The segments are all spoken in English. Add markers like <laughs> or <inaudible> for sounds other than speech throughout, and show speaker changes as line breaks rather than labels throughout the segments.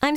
I'm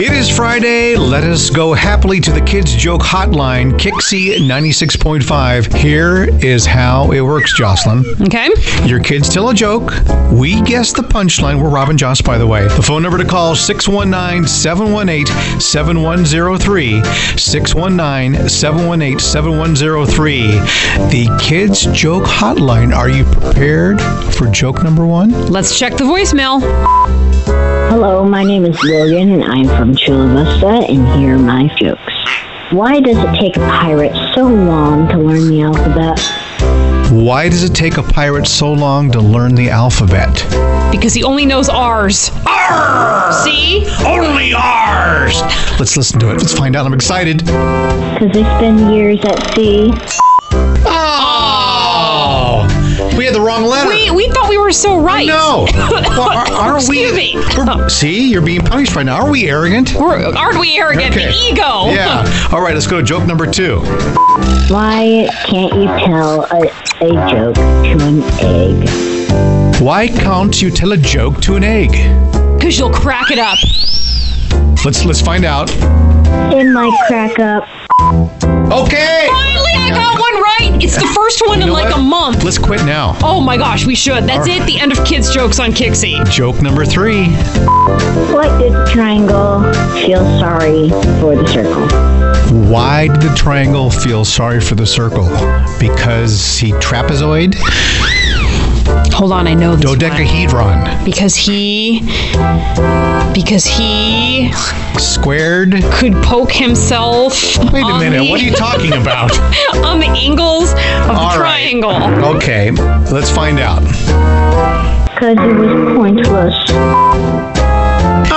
It is Friday. Let us go happily to the Kids Joke Hotline, Kixie 96.5. Here is how it works, Jocelyn.
Okay.
Your kids tell a joke. We guess the punchline. We're Robin Joss, by the way. The phone number to call 619 718 7103. 619 718 7103. The Kids Joke Hotline. Are you prepared for joke number one?
Let's check the voicemail.
Hello, my name is Lillian, and I'm from Chula Vista, and here are my jokes. Why does it take a pirate so long to learn the alphabet?
Why does it take a pirate so long to learn the alphabet?
Because he only knows R's. R! See?
Only ours! Let's listen to it. Let's find out. I'm excited.
Because they spend years at sea.
Oh! We had the wrong letter.
We, we thought we were so right. <laughs>
No. Well, are, are we?
Excuse me. Uh, Oh.
we're- see, you're being punished right now. Are we arrogant?
We're, aren't we arrogant? The
Okay.
ego.
Yeah. All right, let's go to joke number two.
Why can't you tell a, a joke to an egg?
Why can't you tell a joke to an egg?
Because you'll crack it up.
Let's let's find out.
In my crack up,
Okay.
Finally, I got one right. It's the first one
You
in
know
like
what?
a month.
Let's quit now.
Oh my gosh, we should. That's it. The end of kids' jokes on Kixie.
Joke number three.
what did the triangle feel sorry for the circle?
Why did the triangle feel sorry for the circle? Because he trapezoid
Hold on, I know this.
dodecahedron
Because he. Because he
squared. Wait
could poke himself.
a
on
minute,
the-
what are you talking about?
<laughs> on the angles of the
All right.
triangle.
<laughs> Okay, let's find out.
Because it was pointless.
Oh,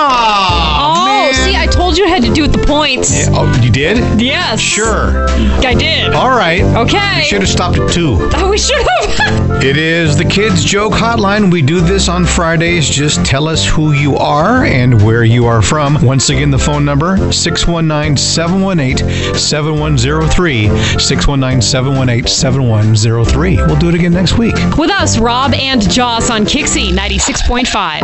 Oh,
man.
see, I told you it had to do with the points.
oh, you did?
Yes.
Sure.
I did.
All right.
Okay.
Should have stopped at two.
<laughs> we should have. <laughs>
It is the Kids Joke Hotline. We do this on Fridays. Just tell us who you are and where you are from. Once again, the phone number 619 718 7103. 619 718 7103. We'll do it again next week.
with us, Rob and Joss on Kixie 96.5.